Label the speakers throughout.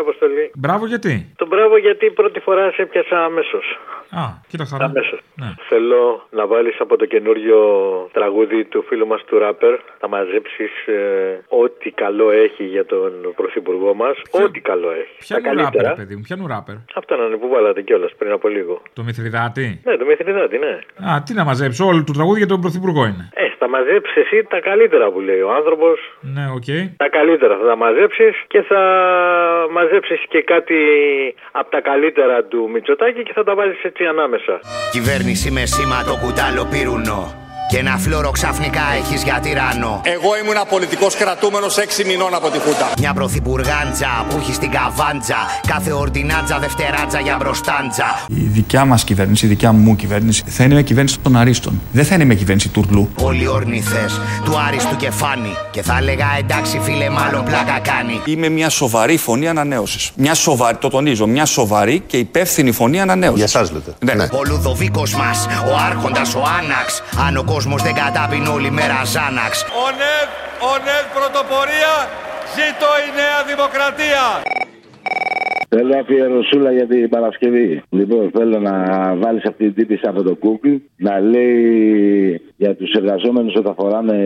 Speaker 1: Αποστολή.
Speaker 2: Μπράβο γιατί.
Speaker 1: Το μπράβο γιατί πρώτη φορά σε πιάσα αμέσως.
Speaker 2: Α, κοίτα χαρά.
Speaker 1: Αμέσως.
Speaker 2: Ναι.
Speaker 3: Θέλω να βάλεις από το καινούριο τραγούδι του φίλου μας του ράπερ να μαζέψεις ε, ό,τι καλό έχει για τον πρωθυπουργό μας.
Speaker 2: Ποιο-
Speaker 3: Ό,τι καλό έχει.
Speaker 2: Ποια
Speaker 3: Τα
Speaker 2: είναι
Speaker 3: καλύτερα.
Speaker 2: ράπερ, παιδί μου, ποια είναι ράπερ.
Speaker 3: Αυτά να είναι που βάλατε κιόλας πριν από λίγο.
Speaker 2: Το Μηθριδάτη.
Speaker 3: Ναι, το Μεθυνιδάτη, ναι.
Speaker 2: Α, τι να μαζέψει, όλο το τραγούδι για τον Πρωθυπουργό είναι.
Speaker 3: Ε, θα μαζέψεις εσύ τα καλύτερα που λέει ο άνθρωπος.
Speaker 2: Ναι, οκ.
Speaker 3: Τα καλύτερα θα τα μαζέψεις και θα μαζέψεις και κάτι από τα καλύτερα του Μητσοτάκη και θα τα βάλει έτσι ανάμεσα.
Speaker 4: Κυβέρνηση με σήμα το κουτάλο πύρουνο Και ένα φλόρο ξαφνικά έχεις για τυράννο
Speaker 5: Εγώ ήμουν πολιτικός κρατούμενος 6 μηνών από τη Χούντα.
Speaker 4: Μια πρωθυπουργάντζα που έχει στην καβάντζα Κάθε ορτινάντζα δευτεράτζα για μπροστάντζα
Speaker 6: Η δικιά μας κυβέρνηση, η δικιά μου κυβέρνηση, θα είναι με κυβέρνηση των Αρίστων. Δεν θα είναι με κυβέρνηση Τουρλού.
Speaker 4: Όλοι ορνηθές του άριστου κεφάνι Και θα λέγα εντάξει φίλε μάλλον πλάκα κάνει
Speaker 7: Είμαι μια σοβαρή φωνή ανανέωσης. Μια σοβαρή, το τονίζω, μια σοβαρή και υπεύθυνη φωνή ανανέωσης.
Speaker 8: Για εσά λέτε.
Speaker 7: Ναι.
Speaker 4: Ο Λουδοβίκος μας, ο άρχοντας, ο Άναξ Αν ο κόσμος δεν κατάπινε όλη μέρα Ζάναξ
Speaker 5: Ο ΝΕΔ, ο ΝΕΔ πρωτοπορία, ζήτω η Νέα Δημοκρατία.
Speaker 9: Θέλω αφιερωσούλα για την Παρασκευή. Λοιπόν, θέλω να βάλεις αυτή την τύπη από το Google να λέει για τους εργαζόμενους όταν φοράνε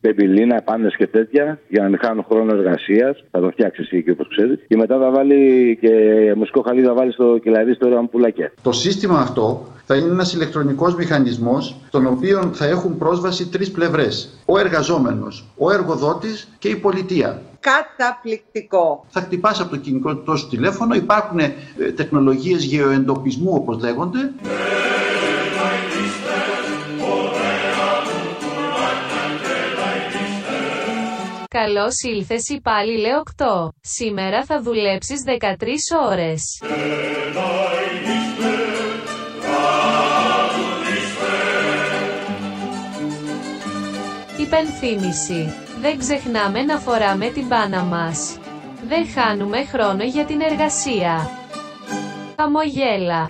Speaker 9: πεμπιλίνα, πάνες και τέτοια, για να μην χάνουν χρόνο εργασίας. Θα το φτιάξει εσύ και όπως ξέρεις. Και μετά θα βάλει και μουσικό χαλί, θα βάλει στο κελαρί στο ωραίο πουλακέ.
Speaker 10: Το σύστημα αυτό θα είναι ένας ηλεκτρονικός μηχανισμός τον οποίο θα έχουν πρόσβαση τρεις πλευρές. Ο εργαζόμενος, ο εργοδότης και η πολιτεία.
Speaker 11: Καταπληκτικό.
Speaker 10: Θα χτυπάς από το κινητό σου τηλέφωνο, υπάρχουν ε, τεχνολογίες γεωεντοπισμού όπως λέγονται.
Speaker 12: Καλώς ήλθες υπάλληλε 8. Σήμερα θα δουλέψεις 13 ώρες. Υπενθύμηση. Δεν ξεχνάμε να φοράμε την πάνα μας. Δεν χάνουμε χρόνο για την εργασία. Χαμογέλα.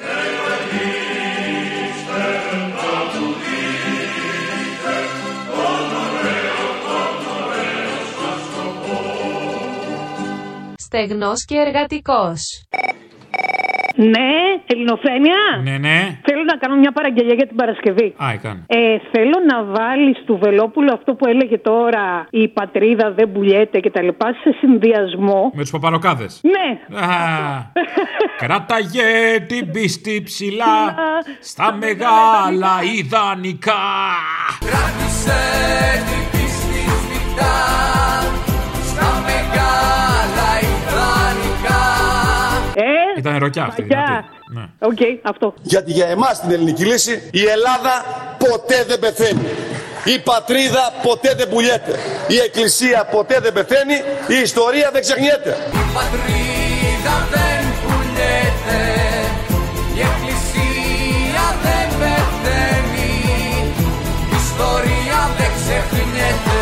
Speaker 12: Στεγνός και εργατικός.
Speaker 13: Ναι, ελληνοφρένεια.
Speaker 2: Ναι, ναι.
Speaker 13: Θέλω να κάνω μια παραγγελία για την Παρασκευή.
Speaker 2: Α, έκανε.
Speaker 13: Ε, θέλω να βάλεις του Βελόπουλου αυτό που έλεγε τώρα η πατρίδα δεν πουλιέται και τα λοιπά σε συνδυασμό.
Speaker 2: Με τους παπαροκάδες.
Speaker 13: Ναι.
Speaker 2: Κράταγε την πίστη ψηλά στα μεγάλα ιδανικά.
Speaker 5: Κράτησε την πίστη σφιχτά, στα μεγάλα ιδανικά.
Speaker 13: Ε,
Speaker 2: Ήταν ροκιά αυτή.
Speaker 13: Βαγιά.
Speaker 2: δυνατή. Ναι.
Speaker 13: οκ, αυτό.
Speaker 5: Γιατί για εμάς την ελληνική λύση η Ελλάδα ποτέ δεν πεθαίνει. Η πατρίδα ποτέ δεν πουλιέται. Η εκκλησία ποτέ δεν πεθαίνει. Η ιστορία δεν ξεχνιέται. Η πατρίδα δεν πουλιέται. Η εκκλησία δεν πεθαίνει. Η ιστορία δεν ξεχνιέται.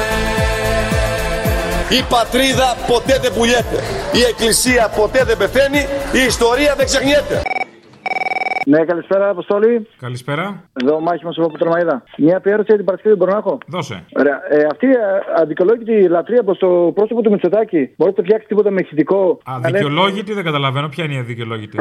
Speaker 5: Η πατρίδα ποτέ δεν πουλιέται. Η εκκλησία ποτέ δεν πεθαίνει. Η ιστορία δεν ξεχνιέται.
Speaker 9: Ναι, καλησπέρα, Αποστολή.
Speaker 2: Καλησπέρα.
Speaker 9: Εδώ ο Μάχης μας από Πετρομαίδα. Μια αφιέρωση για την Παρασκευή, μπορώ να έχω.
Speaker 2: Δώσε.
Speaker 9: Ωραία. Ε, αυτή η αδικαιολόγητη λατρεία προ το πρόσωπο του Μητσοτάκη. Μπορείτε να φτιάξει τίποτα με ηχητικό. Να λέει-
Speaker 2: Αδικαιολόγητη δεν καταλαβαίνω. Ποια είναι η αδικαιολόγητη.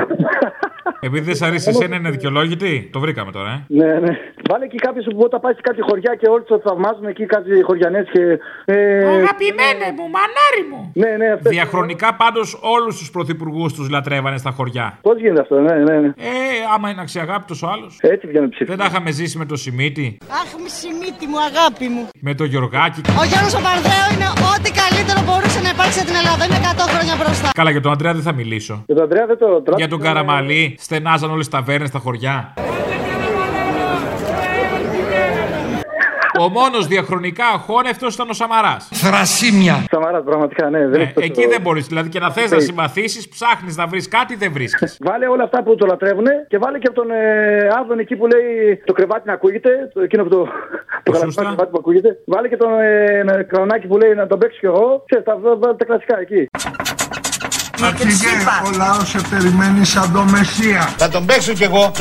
Speaker 2: Επειδή δεν σ' αρέσει εσένα είναι αδικαιολόγητη. Το βρήκαμε τώρα, ε.
Speaker 9: Ναι, ναι. Βάλε εκεί κάποιος που όταν πάει σε κάτι χωριά και όλοι το θαυμάζουν εκεί, κάτι χωριανές και. Ε,
Speaker 2: Αγαπημένε μου, μανάρι μου.
Speaker 9: ναι, ναι, αυτό.
Speaker 2: Διαχρονικά πάντως όλους τους πρωθυπουργούς τους λατρεύανε στα χωριά.
Speaker 9: Πώς γίνεται αυτό, ναι, ναι, ναι.
Speaker 2: Ε, άμα είναι αξιαγάπητος ο άλλος.
Speaker 9: Έτσι βγαίνουν ψήφοι.
Speaker 2: Δεν τα είχαμε ζήσει με το Σιμίτη,
Speaker 14: Αχ, μισή μύτη μου, αγάπη μου.
Speaker 2: με το Γεωργάκη.
Speaker 14: Ο Γιάννος ο Παρδέο είναι ό,τι καλύτερο μπορούσε να υπάρξει στην Ελλάδα. Είναι 100 χρόνια μπροστά.
Speaker 2: Καλά, για τον Αντρέα δεν θα μιλήσω.
Speaker 9: Για τον Αντρέα δεν το τρώνε.
Speaker 2: Για τον Καραμαλή, στενάζαν όλες τις ταβέρνες στα χωριά. Ο μόνος διαχρονικά αχώνευτο ήταν ο Σαμαράς.
Speaker 9: Θρασίμια. Σαμαράς, πραγματικά, ναι. Δεν έχει τόσο-
Speaker 2: Ε, Εκεί δεν μπορείς. Δηλαδή και να θες να συμπαθήσεις, ψάχνεις να βρεις κάτι, δεν βρίσκεις.
Speaker 9: Βάλε όλα αυτά που το λατρεύουν και βάλε και από τον ε, Άδων εκεί που λέει το κρεβάτι να ακούγεται. Το, εκείνο που το. το
Speaker 2: Σούστα.
Speaker 9: γαλαξιμένο κρεβάτι που ακούγεται. Βάλε και τον ε, ένα κρανάκι που λέει να τον παίξω κι εγώ. Ξέρεις, τα, τα, τα κλασικά εκεί.
Speaker 15: Αρχηγέ, ο λαός σε περιμένει σαν το Μεσσία.
Speaker 5: Θα τον παίξω κι εγώ.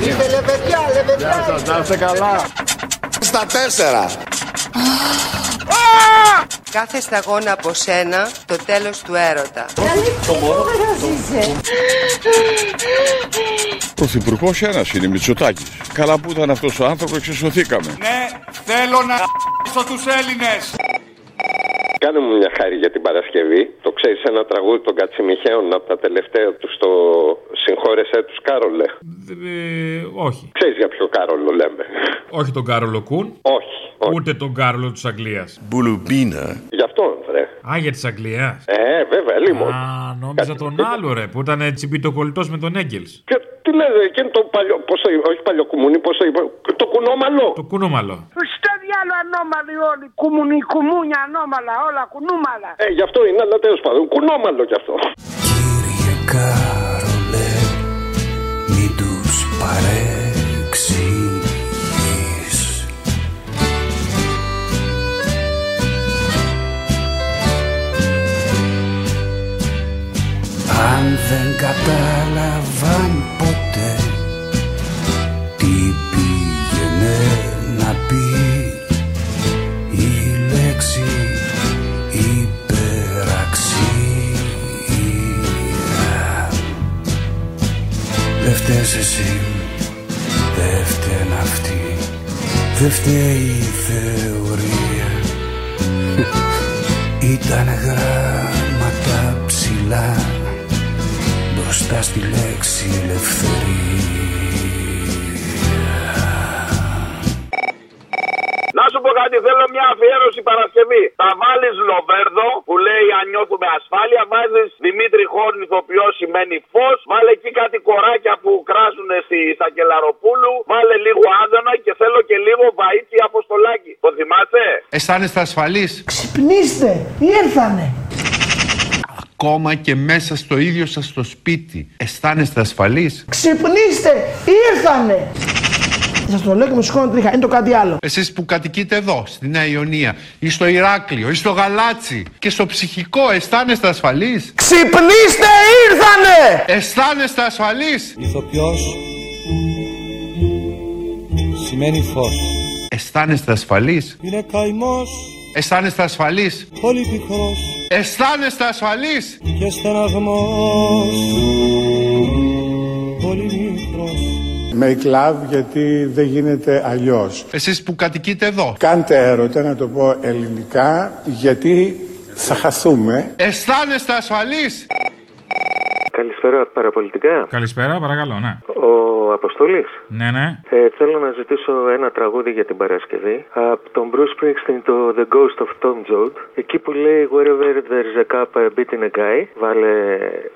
Speaker 15: Είστε λεβεδιά, λεβεδιά. Γεια σας, να είστε καλά.
Speaker 5: Στα τέσσερα.
Speaker 16: Κάθε σταγόνα από σένα, το τέλος του έρωτα.
Speaker 17: Πρωθυπουργός ένας είναι Μητσοτάκης. Καλά που ήταν αυτός ο άνθρωπος, εξισωθήκαμε.
Speaker 18: Ναι, θέλω να στο τους Έλληνες.
Speaker 9: Κάνε μου μια χάρη για την Παρασκευή. Το ξέρεις ένα τραγούδι των Κατσιμιχαίων από τα τελευταία τους στο Συγχώρεσέ τους Κάρολε.
Speaker 2: Ε, όχι.
Speaker 9: Ξέρεις για ποιο Κάρολο λέμε.
Speaker 2: Όχι τον Κάρολο Κούν.
Speaker 9: Όχι.
Speaker 2: Ούτε τον Κάρολο της Αγγλίας.
Speaker 9: Μπουλουμπίνα. Γι' αυτόν, ρε.
Speaker 2: Α, για της Αγγλίας.
Speaker 9: Ε, βέβαια, λίμον.
Speaker 2: Α, νόμιζα τον άλλο ρε που ήταν τσιμπιτοκολλητός με τον Έγκελ.
Speaker 9: Και τι λέτε, εκείνο το παλιό. Πώ το είπε, όχι παλιό κουμούνι, πώ το είπε. Το κουνόμαλο.
Speaker 2: Το κουνούμαλο.
Speaker 19: Στο διάλο ανώμαλοι όλοι. Κουμουνι, κουμούνια, ανώμαλα, όλα κουνούμαλα.
Speaker 9: Ε, γι' αυτό είναι, αλλά τέλος πάντων. Κουνόμαλο κι αυτό.
Speaker 7: Κάρολε, μην τους παρεξηγείς Αν δεν κατάλαβαν ποτέ Τι πήγαινε να πει Η λέξη υπεραξία Δε φταίς εσύ, δε φταίνε αυτοί Δε φταίει η θεωρία Ήταν γράμματα ψηλά Μπροστά στη λέξη ελευθερία
Speaker 20: Να σου πω κάτι, θέλω μια αφιέρωση Παρασκευή. Θα βάλεις Λοβέρδο που λέει Αν νιώθουμε ασφάλεια. Βάζεις Δημήτρη Χόρν, ηθοποιό σημαίνει φως. Βάλε εκεί κάτι κοράκια που κράζουν στη, στα Κελαροπούλου. Βάλε λίγο άδωνα και θέλω και λίγο βαΐτσι αποστολάκι. Το θυμάσαι.
Speaker 21: Αισθάνεστε ασφαλείς
Speaker 19: Πνίστε, ήρθανε.
Speaker 21: ακόμα και μέσα στο ίδιο σας το σπίτι. Αισθάνεστε ασφαλείς
Speaker 19: Ξυπνήστε, ήρθανε. Σας το λέω και με σηκώνω τρίχα, είναι το κάτι άλλο.
Speaker 21: Εσείς που κατοικείτε εδώ, στη Νέα Ιωνία, ή στο Ηράκλειο, ή στο Γαλάτσι και στο ψυχικό, αισθάνεστε ασφαλείς
Speaker 19: Ξυπνήστε, ήρθανε!
Speaker 21: Αισθάνεστε ασφαλείς
Speaker 7: Ηθοποιός σημαίνει φως
Speaker 21: Αισθάνεστε ασφαλείς
Speaker 7: Είναι καημός
Speaker 21: Αισθάνεστε ασφαλείς
Speaker 7: πολύ πικρός
Speaker 21: Αισθάνεστε ασφαλείς
Speaker 7: και στεναγμός πολύ μικρός
Speaker 5: Make love γιατί δεν γίνεται αλλιώς.
Speaker 21: Εσείς που κατοικείτε εδώ
Speaker 5: Κάντε έρωτα, να το πω ελληνικά, γιατί θα χαθούμε.
Speaker 21: Αισθάνεστε ασφαλείς
Speaker 3: Ε, Καλησπέρα, παραπολιτικά.
Speaker 2: Καλησπέρα, παρακαλώ, ναι.
Speaker 3: Ο Αποστολή.
Speaker 2: Ναι, ναι.
Speaker 3: Ε, θέλω να ζητήσω ένα τραγούδι για την Παρασκευή. Από τον Bruce Springsteen το The Ghost of Tom Joad. Εκεί που λέει Wherever there's a cup, a beat in a guy. Βάλε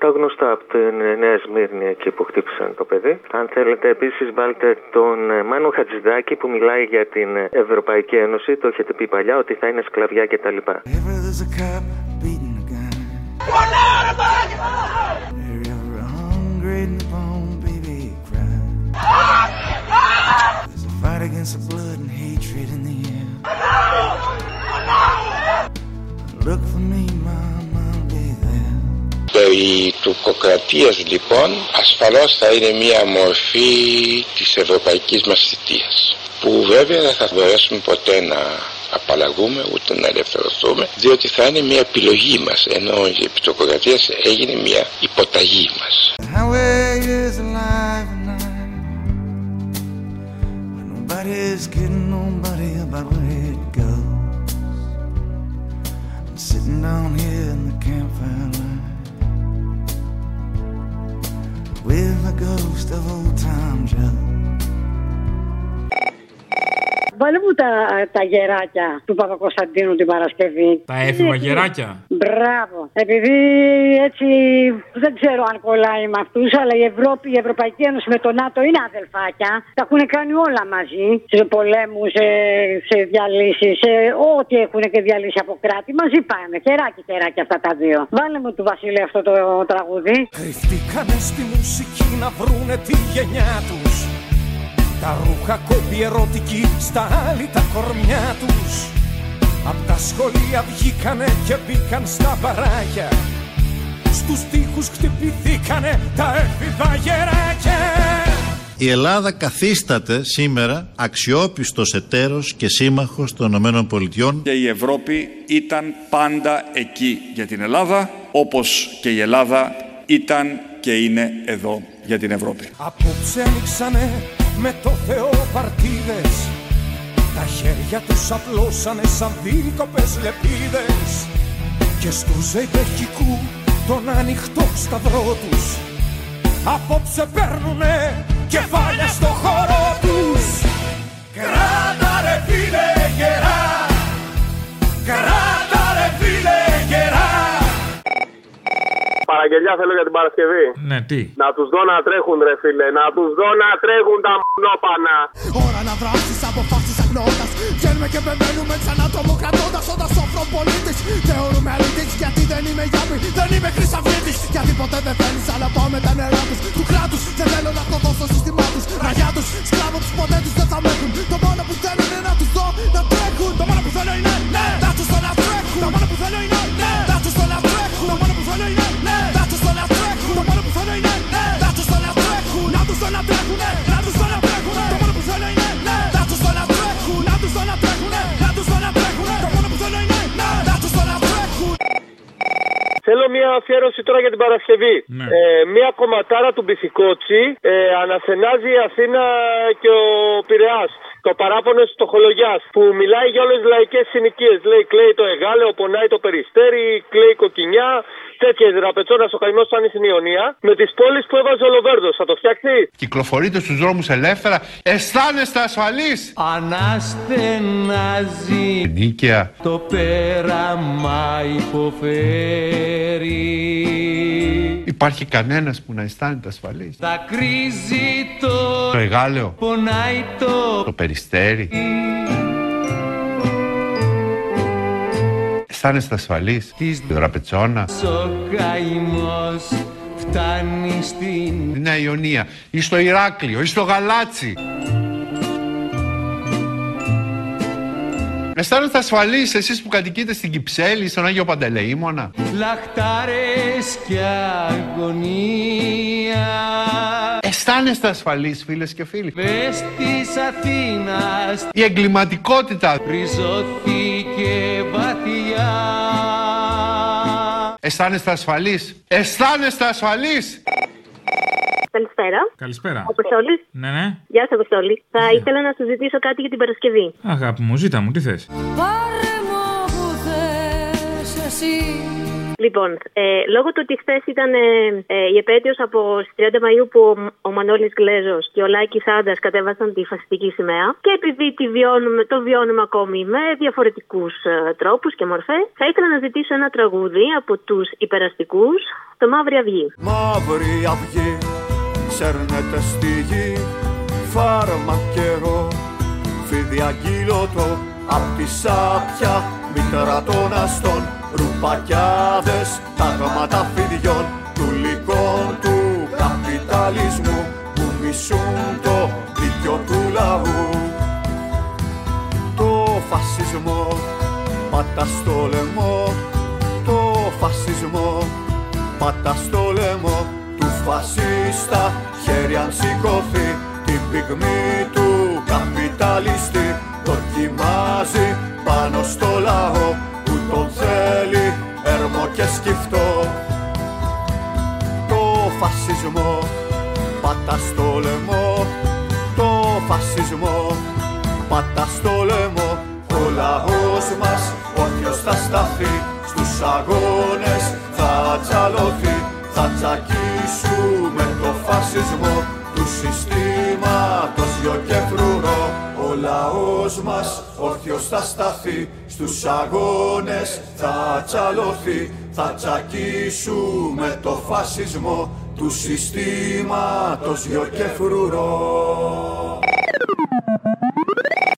Speaker 3: τα γνωστά από την Νέα Σμύρνη εκεί που χτύπησαν το παιδί. Αν θέλετε, επίσης βάλτε τον ε, Μάνο Χατζηδάκη που μιλάει για την ε, Ευρωπαϊκή Ένωση. Το έχετε πει παλιά ότι θα είναι σκλαβιά κτλ.
Speaker 7: Wherever there's a cup beating a gun. Wherever hungry and the bone, baby, cry. There's a fight against the blood and hatred in the air. Look for me, mama, I'll be there.
Speaker 10: Η τουρκοκρατία λοιπόν ασφαλώς θα είναι μια μορφή της ευρωπαϊκής μας θητείας που βέβαια δεν θα μπορέσουμε ποτέ να απαλλαγούμε ούτε να ελευθερωθούμε διότι θα είναι μια επιλογή μας ενώ η επιτοκοκρατία έγινε μια υποταγή μας.
Speaker 7: The highway is alive and night. But nobody's kidding nobody about where it goes. I'm sitting down here in the campfire light with the ghost of old Tom Joe.
Speaker 13: Βάλε μου τα, τα γεράκια του Παπακοσταντίνου την Παρασκευή.
Speaker 2: Τα έφηβα γεράκια.
Speaker 13: Μπράβο. Επειδή Ε, έτσι δεν ξέρω αν κολλάει με αυτούς, αλλά η Ευρώπη, η Ευρωπαϊκή Ένωση με το ΝΑΤΟ είναι αδελφάκια. Τα έχουν κάνει όλα μαζί. Σε πολέμους, σε, σε διαλύσεις, σε ό,τι έχουν και διαλύσει από κράτη. Μαζί πάνε. Χεράκι, χεράκι αυτά τα δύο. Βάλε μου του Βασίλη αυτό το τραγουδί.
Speaker 7: Κρυφτήκανε στη μουσική να βρούνε τη γενιά τους Τα ρούχα κόμπη ερωτική στα άλλη τα κορμιά τους Απ' τα σχολεία βγήκανε και μπήκαν στα παράκια Στους τοίχους χτυπηθήκανε τα έφηβα γεράκια
Speaker 22: Η Ελλάδα καθίσταται σήμερα αξιόπιστος εταίρος και σύμμαχος των ΗΠΑ.
Speaker 7: Και η Ευρώπη ήταν πάντα εκεί για την Ελλάδα, όπως και η Ελλάδα ήταν και είναι εδώ για την Ευρώπη.
Speaker 10: Απόψε ανοίξανε με το Θεό παρτίδες Τα χέρια τους απλώσανε σαν δίκοπες λεπίδες Και στους ζεϊπεχικού τον ανοιχτό σταυρό τους Απόψε παίρνουνε κεφάλια στο χώρο τους Κράτα ρε φίλε γερά Κράτα ρε φίλε γερά
Speaker 23: Παραγγελιά θέλω για την Παρασκευή.
Speaker 2: Ναι, τι.
Speaker 23: Να τους δω να τρέχουν, ρε φίλε. Να τους δω να τρέχουν τα μουνόπανα.
Speaker 10: Ώρα να δράσεις αποφάσεις αγνώτα. Βγαίνουμε και μπαίνουμε ξανά τρομοκρατώντα. Όταν σοφρό πολίτης θεωρούμε αλήτης. Γιατί δεν είμαι γιάπη, δεν είμαι χρυσαυγήτης. Γιατί ποτέ δεν θέλεις, αλλά πάω με τα νερά του. Του κράτου δεν θέλω να αποδώ στο σύστημά του. Ραγιά του, σκλάβο του ποτέ του δεν θα μέχουν. Το μόνο που θέλω είναι να του δω να τρέχουν. Το μόνο που θέλω είναι ναι, να του δω να τρέχουν. Το μόνο που θέλω είναι ναι, να του δω να τρέχουν. Το μόνο που θέλω είναι ναι, να του δω να τρέχουν. Το μόνο που θέλω είναι ναι, να του δω να τρέχουν. Να του δω να τρέχουν, ναι, να του δω να τρέχουν. Το μόνο που θέλω είναι ναι, να του δω να τρέχουν. Να του δω να τρέχουν, ναι, να του δω να τρέχουν. Το μόνο που θέλω είναι ναι, να του δω να τρέχουν.
Speaker 3: Θέλω μια αφιέρωση τώρα για την Παρασκευή.
Speaker 2: Ναι.
Speaker 3: Ε, μια κομματάρα του Μπιθικότσι ε, αναθενάζει η Αθήνα και ο Πειραιάς. Το παράπονο της τοχολογιά που μιλάει για όλες τις λαϊκές συνοικίες. Λέει κλαίει το εγάλεο, πονάει το περιστέρι, κλαίει η κοκκινιά. Τέτοιες ραπετσόνα ο καημό του στην Ιωνία. Με τις πόλεις που έβαζε ο Λοβέρδος. Θα το φτιάξει.
Speaker 9: Κυκλοφορείτε στους δρόμους ελεύθερα. Αισθάνεστε ασφαλείς.
Speaker 10: Αναστενάζει
Speaker 9: Νίκαια.
Speaker 10: το πέραμα υποφέρει.
Speaker 9: Υπάρχει κανένας που να αισθάνεται ασφαλής.
Speaker 10: Τα κρίζει το
Speaker 9: Το εγάλεο.
Speaker 10: πονάει το
Speaker 9: Το περιστέρι. Αισθάνεστε ασφαλείς.
Speaker 10: Της-
Speaker 9: Το ραπετσόνα.
Speaker 10: Ο καημός φτάνει στην
Speaker 9: Στη Νέα Ιωνία. Ή στο Ηράκλειο. Ή στο Γαλάτσι. Αισθάνεστε ασφαλείς εσείς που κατοικείτε στην Κυψέλη, στον Άγιο Παντελεήμονα.
Speaker 10: λαχτάρες και αγωνία.
Speaker 9: Αισθάνεστε ασφαλείς φίλες και φίλοι.
Speaker 10: Μες της Αθήνας
Speaker 9: Η εγκληματικότητα.
Speaker 10: ριζώθηκε βαθιά
Speaker 9: Αισθάνεστε ασφαλείς. Αισθάνεστε ασφαλείς.
Speaker 13: Καλησπέρα.
Speaker 2: Καλησπέρα.
Speaker 13: Αποστόλης.
Speaker 2: Ναι, ναι.
Speaker 13: Γεια σα, Αποστόλη. Θα ήθελα να συζητήσω κάτι για την Παρασκευή.
Speaker 2: Αγάπη μου, ζήτα μου, τι θες.
Speaker 13: Πάρε μου που θες εσύ. Λοιπόν, ε, λόγω του ότι χθες ήταν ε, ε, η επέτειος από στις 30 Μαΐου που ο, ο Μανώλης Γκλέζος και ο Λάκης Άντας κατέβασαν τη φασιστική σημαία και επειδή τη βιώνουμε, το βιώνουμε ακόμη με διαφορετικούς ε, τρόπους και μορφές θα ήθελα να ζητήσω ένα τραγούδι από τους υπεραστικούς, το Μαύρη Αυγή.
Speaker 10: Μαύρη αυγή σέρνεται στη γη Φάρμα καιρό φίδι αγκύλωτο Απ' τη σάπια μητέρα των αστών Ρουπακιάδες τάγματα φιδιών Του λικών του καπιταλισμού Που μισούν το δίκιο του λαού Το φασισμό πατά στο λαιμό Το φασισμό πατά στο λαιμό του φασίστα χέρι αν σηκωθεί την πυγμή του καπιταλιστή δοκιμάζει πάνω στο λαό που τον θέλει έρμο και σκυφτό το φασισμό πατά στο λαιμό το φασισμό πατά στο λαιμό ο λαός μας όποιος θα σταθεί στους αγώνες θα τσαλωθεί θα τσακίσουμε το φασισμό του συστήματος γιο και φρουρό ο λαός μας όρθιος θα σταθεί στους αγώνες θα τσαλωθεί θα τσακίσουμε το φασισμό του συστήματος γιο και φρουρό